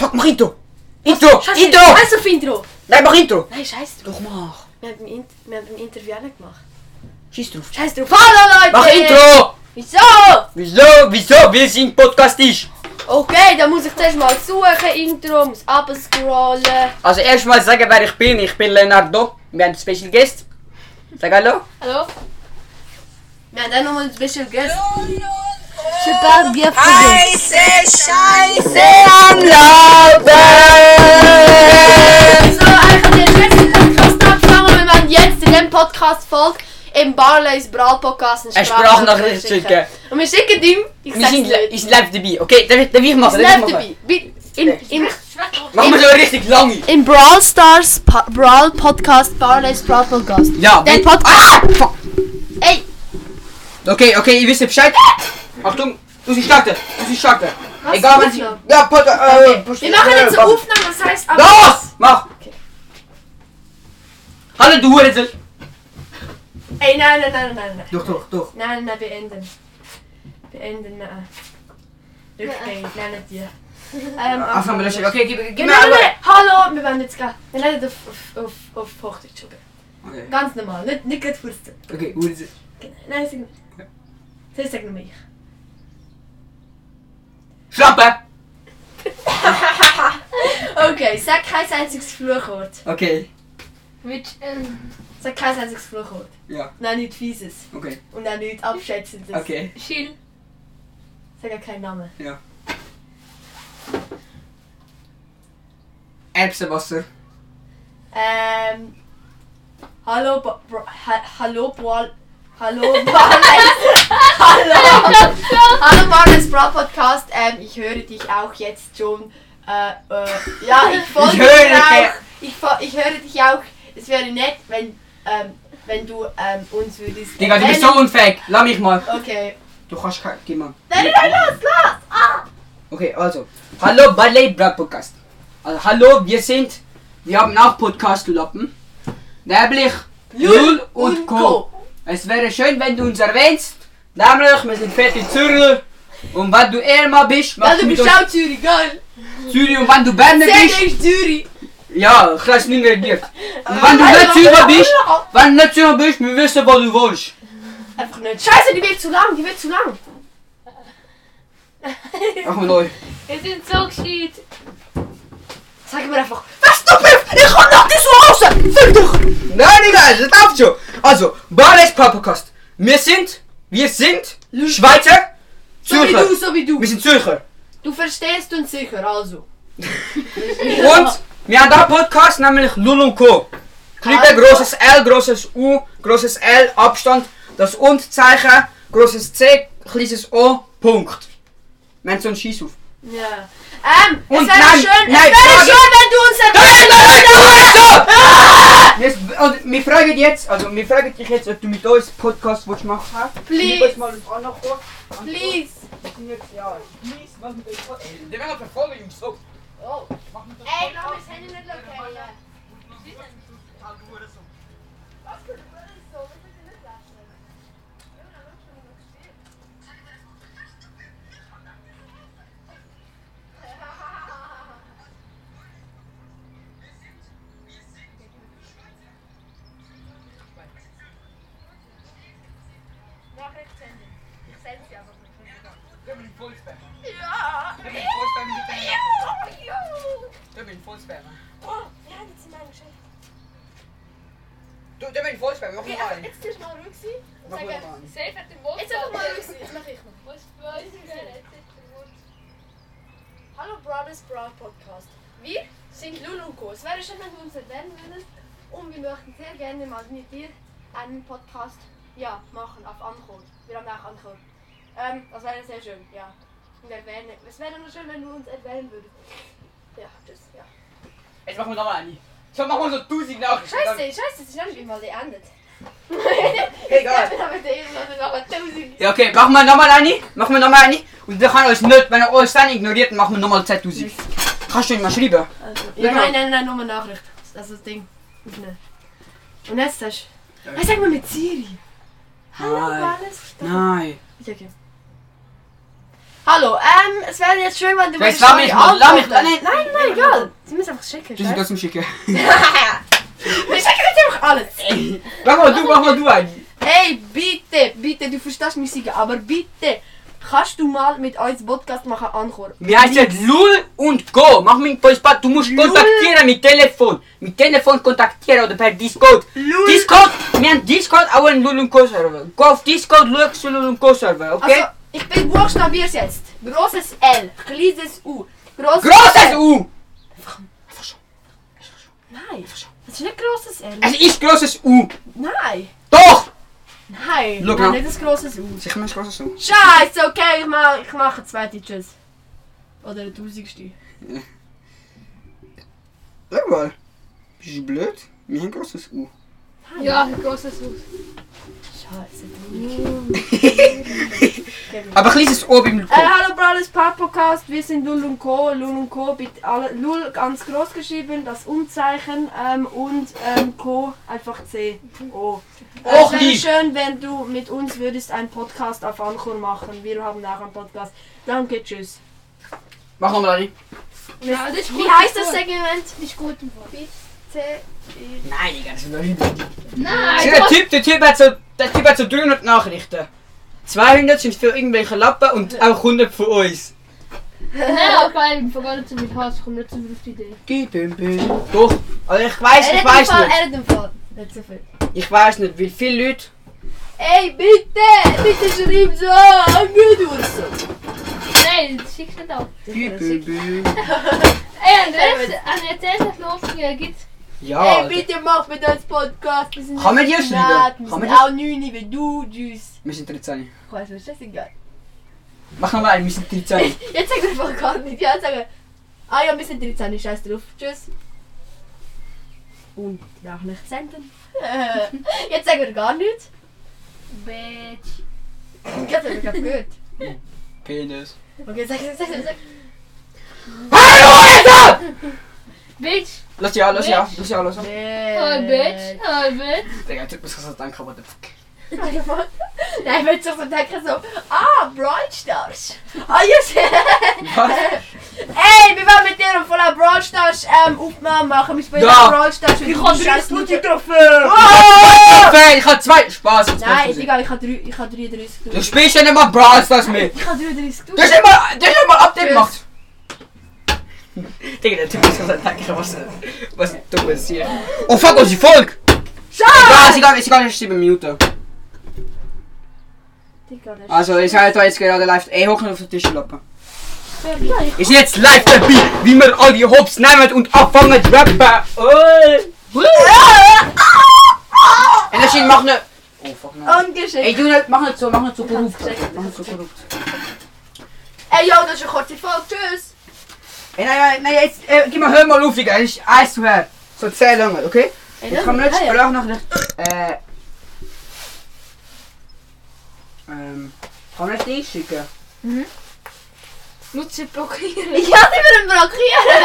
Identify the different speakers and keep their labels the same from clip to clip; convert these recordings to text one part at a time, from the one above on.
Speaker 1: Mach, mach Intro! Intro!
Speaker 2: Scheiße,
Speaker 1: Intro!
Speaker 2: Scheiß auf Intro!
Speaker 1: Nein, mach Intro!
Speaker 2: Nein, scheiß drauf.
Speaker 1: Doch, mach!
Speaker 2: Wir haben, Int wir haben ein Interview auch nicht gemacht.
Speaker 1: Schieß drauf!
Speaker 2: Scheiß drauf. Hallo Leute!
Speaker 1: Mach Intro!
Speaker 2: Wieso?
Speaker 1: Wieso, wieso? Wir sind Podcastisch!
Speaker 2: Okay, dann muss ich zuerst mal suchen. Intro, muss abscrollen.
Speaker 1: Also, erstmal sagen, wer ich bin. Ich bin Leonardo. Wir haben einen Special Guest. Sag hallo.
Speaker 2: Hallo? Wir haben dann nochmal ein bisschen Geld.
Speaker 3: Super Bier
Speaker 4: Scheiße, Scheiße!
Speaker 1: Am Laufen!
Speaker 2: So, ich habe den letzten Podcast angefangen und wir haben jetzt in diesem Podcast folgt im Barley's Brawl Podcast eine
Speaker 1: Eine Sprachnachricht schicken.
Speaker 2: Und wir schicken ihm, ich
Speaker 1: Wir
Speaker 2: sag's
Speaker 1: sind, li-
Speaker 2: nicht.
Speaker 1: ist live dabei, okay? Darf ich, darf ich machen? Darf ich
Speaker 2: Bleib
Speaker 1: machen?
Speaker 2: dabei. Bi- In, in,
Speaker 1: Machen wir so richtig lange.
Speaker 3: Im Brawl Stars pa Brawl Podcast, Barley's Brawl Podcast.
Speaker 1: Ja, Ah,
Speaker 3: Der
Speaker 1: wir- Ah!
Speaker 3: Podcast.
Speaker 2: ey,
Speaker 1: Okay, okay, ihr wisst Bescheid. Achtung, du sie starten, du sie starten.
Speaker 2: Was?
Speaker 1: Egal, wenn sie.
Speaker 2: Aufnahme?
Speaker 1: Ja, Podcast. Äh,
Speaker 2: wir machen jetzt eine Aufnahme, das heißt ab.
Speaker 1: Los! Mach! Hallo, du Hurensohn!
Speaker 2: Ey, nein, nein, nein, nein, nein.
Speaker 1: Doch, doch, doch.
Speaker 2: Nein, nein, beenden. Beenden, nein. Rückgängig, nein, nicht die. Ähm,
Speaker 1: Aufnahme löschen. Okay, gib, gib
Speaker 2: Wir
Speaker 1: mir
Speaker 2: nennen,
Speaker 1: alle.
Speaker 2: hallo, wir wollen jetzt gehen. Wir reden auf, auf, auf, auf Hochdeutsch. Okay?
Speaker 1: Okay,
Speaker 2: Ganz normal, nicht, nicht gerade Furzen.
Speaker 1: okay, Hurensohn.
Speaker 2: Genau. Nein, sag nicht. Zuerst sag nur ich.
Speaker 1: Schlappe!
Speaker 2: Okay, sag kein einziges Fluchwort.
Speaker 1: Okay,
Speaker 2: Sag kein einziges Fluchwort.
Speaker 1: ja,
Speaker 2: Nein, nichts Fieses.
Speaker 1: okay,
Speaker 2: Und auch nichts Abschätzendes.
Speaker 1: okay.
Speaker 2: Sag auch keinen Namen.
Speaker 1: Erbsenwasser.
Speaker 2: Ähm. Hallo, Ba- Bra- ha, hallo, Ball. Hallo, Barnes. hallo. hallo, Barnes Bra Podcast. Ähm, ich höre dich auch jetzt schon. Äh, äh, ja, ich folge
Speaker 1: Ich
Speaker 2: dir
Speaker 1: höre dich.
Speaker 2: auch. Ich, fo- ich höre dich auch. Es wäre nett, wenn, ähm, wenn du ähm, uns würdest.
Speaker 1: Digga, du bist so unfähig. Lass mich mal.
Speaker 2: Okay.
Speaker 1: Du kannst kein. Geh mal.
Speaker 2: Nein, nein, nein, los, los!
Speaker 1: Okay, also. Hallo Ballet Brad Podcast. Also, hallo, wir sind. Wir haben auch Podcast-Lappen. Nämlich Lul und Co. Es wäre schön, wenn du uns erwähnst. Nämlich, wir sind fette Zürcher. Und wenn du Erma bist,
Speaker 2: Ja,
Speaker 1: machst
Speaker 2: du
Speaker 1: du mit
Speaker 2: bist
Speaker 1: uns
Speaker 2: auch Zürich, gell?
Speaker 1: Zürich. Und wenn du Berner
Speaker 2: Sehr
Speaker 1: bist,
Speaker 2: ist Zürich.
Speaker 1: ja, ich weiß nicht mehr dir. Und wenn du nicht Zürcher bist, wenn du nicht Zürcher bist, wir wissen, wo du wohnst.
Speaker 2: Einfach nicht. Scheiße, die wird zu lang, die wird zu lang.
Speaker 1: Mach mal neu.
Speaker 5: Wir sind so gescheit.
Speaker 2: Sag mir einfach.
Speaker 1: Ich komm nach dir so raus! Fick dich! Nein, Digga, das darf schon! Also, Barley's Podcast. Wir sind, wir sind Schweizer
Speaker 2: So wie
Speaker 1: Zürcher.
Speaker 2: du, so wie du.
Speaker 1: Wir sind Zürcher.
Speaker 2: Du verstehst uns sicher, also.
Speaker 1: Und wir haben da Podcast, nämlich Lul und Co. Klippe, großes L, großes U, großes L, Abstand, das Und-Zeichen, großes C, kleines O, Punkt. Wir haben so einen Scheiß auf.
Speaker 2: Ja. Ähm,
Speaker 1: Und
Speaker 2: es wäre
Speaker 1: nein,
Speaker 2: schön,
Speaker 1: nein,
Speaker 2: es wäre
Speaker 1: Frage-
Speaker 2: schön, wenn du uns erwähnst.
Speaker 1: Ah! Jetzt, und wir fragen jetzt, also wir fragen dich jetzt, ob du mit uns Podcast willst machen willst.
Speaker 2: Please.
Speaker 1: Gib uns mal das andere vor.
Speaker 2: Please.
Speaker 1: Ja, please, mach mit uns Podcast. Ey, wir werden verfolgen, Jungs, so.
Speaker 2: Oh, Ey, lass mich das Handy nicht locken.
Speaker 1: Ich bin voll Ja! Ich bin voll Ich bin voll Du, der bin voll spam, mach mal einen.
Speaker 2: Jetzt ist mal ruhig sein.
Speaker 1: Mach mal einen.
Speaker 5: Safe hat den Wurst.
Speaker 2: Jetzt einfach mal ruhig sein. Jetzt mach ich mal.
Speaker 5: Was für ein Wurst.
Speaker 2: Hallo Brothers Brown Podcast. Wir sind Lulu und Co. Es wäre schön, wenn du uns erwähnen würdest. Und wir möchten sehr gerne mal mit dir einen Podcast ja, machen auf Anchor. Wir haben auch Anchor. Ähm, das wäre sehr schön, ja. Und erwähnen. Es wäre nur schön, wenn du uns erwähnen würdest. Ja, tschüss. Ja.
Speaker 1: Jetzt machen wir nochmal einen. So, machen wir so 1000 Nachrichten.
Speaker 2: Scheiße, scheiße, es ist noch nicht mal beendet.
Speaker 1: Egal.
Speaker 2: Wir haben eben noch mal 1000.
Speaker 1: Ja, okay, machen wir nochmal eine, machen wir nochmal eine. Und dann kann euch nicht, wenn ihr euch dann ignoriert, machen wir nochmal 10.000. Kannst du ihn mal schreiben?
Speaker 2: Ja,
Speaker 1: Genau.
Speaker 2: nein, nein, nein, nur eine Nachricht. Also das Ding. Aufnehmen. Und jetzt hast du. Hey, sag mal mit Siri. Hallo,
Speaker 1: Nein.
Speaker 2: alles.
Speaker 1: Nein.
Speaker 2: Okay, okay. Hallo, ähm, es wäre jetzt schön, wenn du
Speaker 1: Jetzt
Speaker 2: meine
Speaker 1: lass mich
Speaker 2: Frage
Speaker 1: mal, lass mich-
Speaker 2: antwortest. Nein, nein, egal. Sie müssen einfach schicken.
Speaker 1: Das ist
Speaker 2: scheiß.
Speaker 1: ganz im Schicken.
Speaker 2: Wir schicken jetzt einfach alles.
Speaker 1: Mach mal du, mach mal du einen.
Speaker 2: Hey, bitte, bitte, du verstehst mich sicher, aber bitte, kannst du mal mit uns Podcast machen, Anchor?
Speaker 1: Wie heißt es? Lul und Go. Mach mich Postpart. Du musst kontaktieren mit Telefon. Mit Telefon kontaktieren oder per Discord.
Speaker 2: Lul.
Speaker 1: Discord. Wir haben Discord auch einen Lul und Go Server. Go auf Discord, schau Lul und Go Server, okay?
Speaker 2: Also, ich bin buchstabiert jetzt. Großes L, kleines U, großes,
Speaker 1: Großes
Speaker 2: L.
Speaker 1: U.
Speaker 2: Nein, das ist nicht großes L.
Speaker 1: Es ist großes U.
Speaker 2: Nein,
Speaker 1: Doch.
Speaker 2: nein,
Speaker 1: Look
Speaker 2: nein
Speaker 1: now.
Speaker 2: nicht das großes U.
Speaker 1: Sicher mal großes U.
Speaker 2: Scheiße, okay, ich mache ich mach eine zweite Tschüss. Oder eine tausendste.
Speaker 1: Sag mal. Bist du blöd? Wir haben großes U.
Speaker 5: Ja, großes Haus.
Speaker 2: Scheiße, du.
Speaker 1: Aber kleines O beim
Speaker 2: Äh,
Speaker 1: Go.
Speaker 2: hallo Brothers Podcast, wir sind Lul und Co. Lul und Co. bitte alle, Lul ganz groß geschrieben, das Umzeichen ähm, und ähm, Co. einfach C. O. Äh,
Speaker 1: Och,
Speaker 2: es wäre
Speaker 1: lieb.
Speaker 2: schön, wenn du mit uns würdest einen Podcast auf Anchor machen. Wir haben auch einen Podcast. Danke, tschüss.
Speaker 1: Mach mal einen.
Speaker 5: Ja, das ist
Speaker 2: Wie heißt das
Speaker 5: denn?
Speaker 2: Segment?
Speaker 5: Nicht gut.
Speaker 2: C.
Speaker 1: Nein, Digga, das ist nicht richtig.
Speaker 5: Nein,
Speaker 1: Zie je, typ, de typ had zo, de typ had zo 300 Nachrichten. 200 sind für irgendwelche Lappen und auch 100 für uns.
Speaker 5: nein, auf allem vergoldet mit Haus, kommt nicht so auf die Idee.
Speaker 1: Doch, also ich
Speaker 2: Äh,
Speaker 1: weiß, ich weiß nicht.
Speaker 2: hat den Fall. Nicht so viel.
Speaker 1: Ich weiß nicht, wie viele Leute.
Speaker 2: Ey, bitte! Bitte schreib so! Nicht aus!
Speaker 5: Nein, das schickst nicht auf.
Speaker 1: Ja,
Speaker 5: Ey, und jetzt, an der Zelt losgehen, gibt's.
Speaker 2: Ey,
Speaker 1: Alter.
Speaker 2: bitte mach mit uns Podcast. Wir sind
Speaker 1: Ah, Kann man
Speaker 2: nicht
Speaker 1: dir schreiben?
Speaker 2: privat,
Speaker 1: Kann
Speaker 2: Wir sind
Speaker 1: man dir-
Speaker 2: auch neun wie du. Tschüss.
Speaker 1: wir sind 13.
Speaker 2: Ich weiß nicht, das ist egal.
Speaker 1: Mach nochmal einen, wir sind 13.
Speaker 2: Jetzt sag einfach gar nicht. Ja, sag Ah ja, wir sind 13. Scheiß drauf. Tschüss. Und nach nicht senden. Äh, Jetzt sagen wir gar nichts.
Speaker 5: Bitch.
Speaker 2: Jetzt haben wir gerade gehört.
Speaker 1: Penis.
Speaker 2: Okay, sag, sag, sag, sag.
Speaker 1: Hallo, Alter!
Speaker 5: Bitch.
Speaker 1: Lass ja, lass ja, lass ja, lass ja.
Speaker 2: Eh, Äh,
Speaker 5: Oh, bitch. Oh, bitch.
Speaker 1: Digga, Typ muss gesagt danke, what the fuck.
Speaker 2: Nein, ich würde so denken so, ah, Brawl Stars. Ah, yes.
Speaker 1: Was?
Speaker 2: Ey, wir wollen mit dir und voller Brawl Stars ähm, Aufnahmen machen. Wir spielen
Speaker 1: Ja.
Speaker 2: auch Brawl Stars.
Speaker 1: Ich
Speaker 2: kann
Speaker 1: hab
Speaker 2: scheiß Mutter.
Speaker 1: Trophäen!
Speaker 2: Oh!
Speaker 1: Ich hab zwei! Spaß, jetzt
Speaker 2: Nein,
Speaker 1: passt es.
Speaker 2: egal, ich habe 33
Speaker 1: Du
Speaker 2: durch.
Speaker 1: spielst ja nicht mal Brawl Stars mit!
Speaker 2: Ich habe 33
Speaker 1: Das
Speaker 2: durch.
Speaker 1: ist immer, das ist immer Update
Speaker 2: Tschüss.
Speaker 1: macht. Digga, der Typ ist gesagt, danke, was, was dummes hier. Oh fuck, unsere Folge! Dus- Ja, Ah, ist
Speaker 2: Scheiße!
Speaker 1: egal, ist egal, ist 7 Minuten.
Speaker 2: Digga, das
Speaker 1: Also, ich habe da jetzt gerade live, ey, hoch auf den Tisch lappen.
Speaker 2: ist ja, ich
Speaker 1: Ist jetzt live dabei, wie wir all die Hops nehmen und anfangen zu rappen. Oh. En als je mag ne... Oh fuck, nou. Ey, ne,
Speaker 2: Ungeschickt.
Speaker 1: doe het, mag het zo, mag het zo corrupt.
Speaker 2: gezegd.
Speaker 1: Mag het zo corrupt.
Speaker 2: Ey, yo, das ist eine kurze Folge. Tschüss.
Speaker 1: Ey, nee, nee, nee, jetzt, äh, gib mal, hör mal auf, Digga, ich, I swear. So zähl lange, okay?
Speaker 2: Ey,
Speaker 1: Ich kann mir nicht Sprachnachricht. Äh. Ähm. Kann man nicht einschicken?
Speaker 5: Muss sie blockieren.
Speaker 2: Ich hatte mir einen blockieren.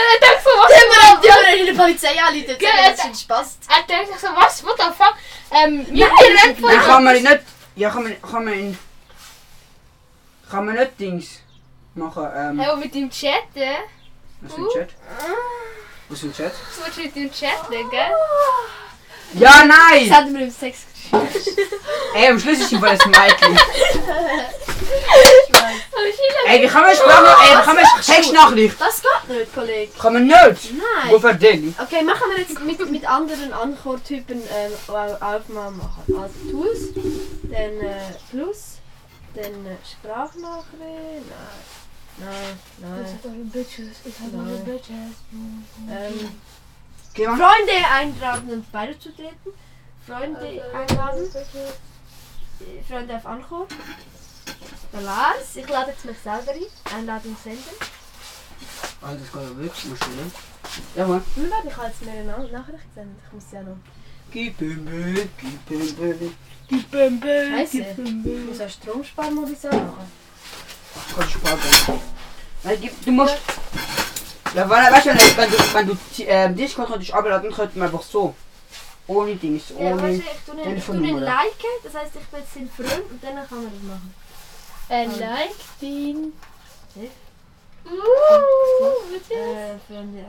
Speaker 5: Er denkt so,
Speaker 2: Ich habe
Speaker 5: was?
Speaker 2: mir einen Dürren in der Polizei angeleitet.
Speaker 5: Gell,
Speaker 2: Das
Speaker 5: Alter.
Speaker 2: ist Spaß.
Speaker 5: Er denkt sich so, was? What the fuck? Ähm, wir rennen von
Speaker 1: Nein, kann man nicht. Ja, kann man. Kann man. Kann man nicht Dings machen. Ähm.
Speaker 5: Hey, und mit dem Chat, äh?
Speaker 1: Was ist ein Chat? Was ist ein Chat?
Speaker 5: Was willst du mit dem Chat, gell?
Speaker 1: Ja,
Speaker 2: Das
Speaker 1: nein!
Speaker 2: hat mir im Sex geschrieben.
Speaker 1: Ey, am Schluss ist ihm voll das Mädchen.
Speaker 5: Aber ich will
Speaker 1: Ey, wie kann man Sprachnachricht. Ey, wie kann man Textnachricht?
Speaker 2: Das geht nicht, Kollege.
Speaker 1: Kann man nicht!
Speaker 2: Nein.
Speaker 1: Wofür denn?
Speaker 2: Okay, machen wir jetzt mit, mit anderen Anchor-Typen ähm, Au- Aufnahmen machen. Also Tools, dann äh, Plus, dann äh, Sprachnachricht. Nein, nein, nein.
Speaker 5: Bitches, ich hab
Speaker 2: Nein.
Speaker 5: Bitches.
Speaker 2: Ähm,
Speaker 1: Geh mal.
Speaker 2: Freunde einladen und beizutreten.
Speaker 5: Also-
Speaker 2: Freunde einladen. Äh, Freunde auf Anchor. Der Lars, ich lade jetzt mich selber ein. Einladung senden.
Speaker 1: Alter, das geht ja wirklich mal schnell. Ja, Mann.
Speaker 2: Nur weil ich habe jetzt mir eine Na- Nachricht gesendet. Ich muss ja noch.
Speaker 1: Gib ihm Müll, gib ihm Müll. Äh,
Speaker 2: Scheiße. Ich muss einen Stromsparmodus anmachen.
Speaker 1: Kannst du sparen. Weil gib- du musst. Ja, weil, weißt du, wenn du- wenn du, wenn du ähm, Discord könntest abladen, könnten wir einfach so. Ohne Dings,
Speaker 2: Ja, weißt du,
Speaker 1: ohne.
Speaker 2: ich tue ihn, ich tue ihn liken, das heisst, ich bin jetzt sein Freund und dann kann man das machen. Er liked ihn.
Speaker 5: Äh, für eine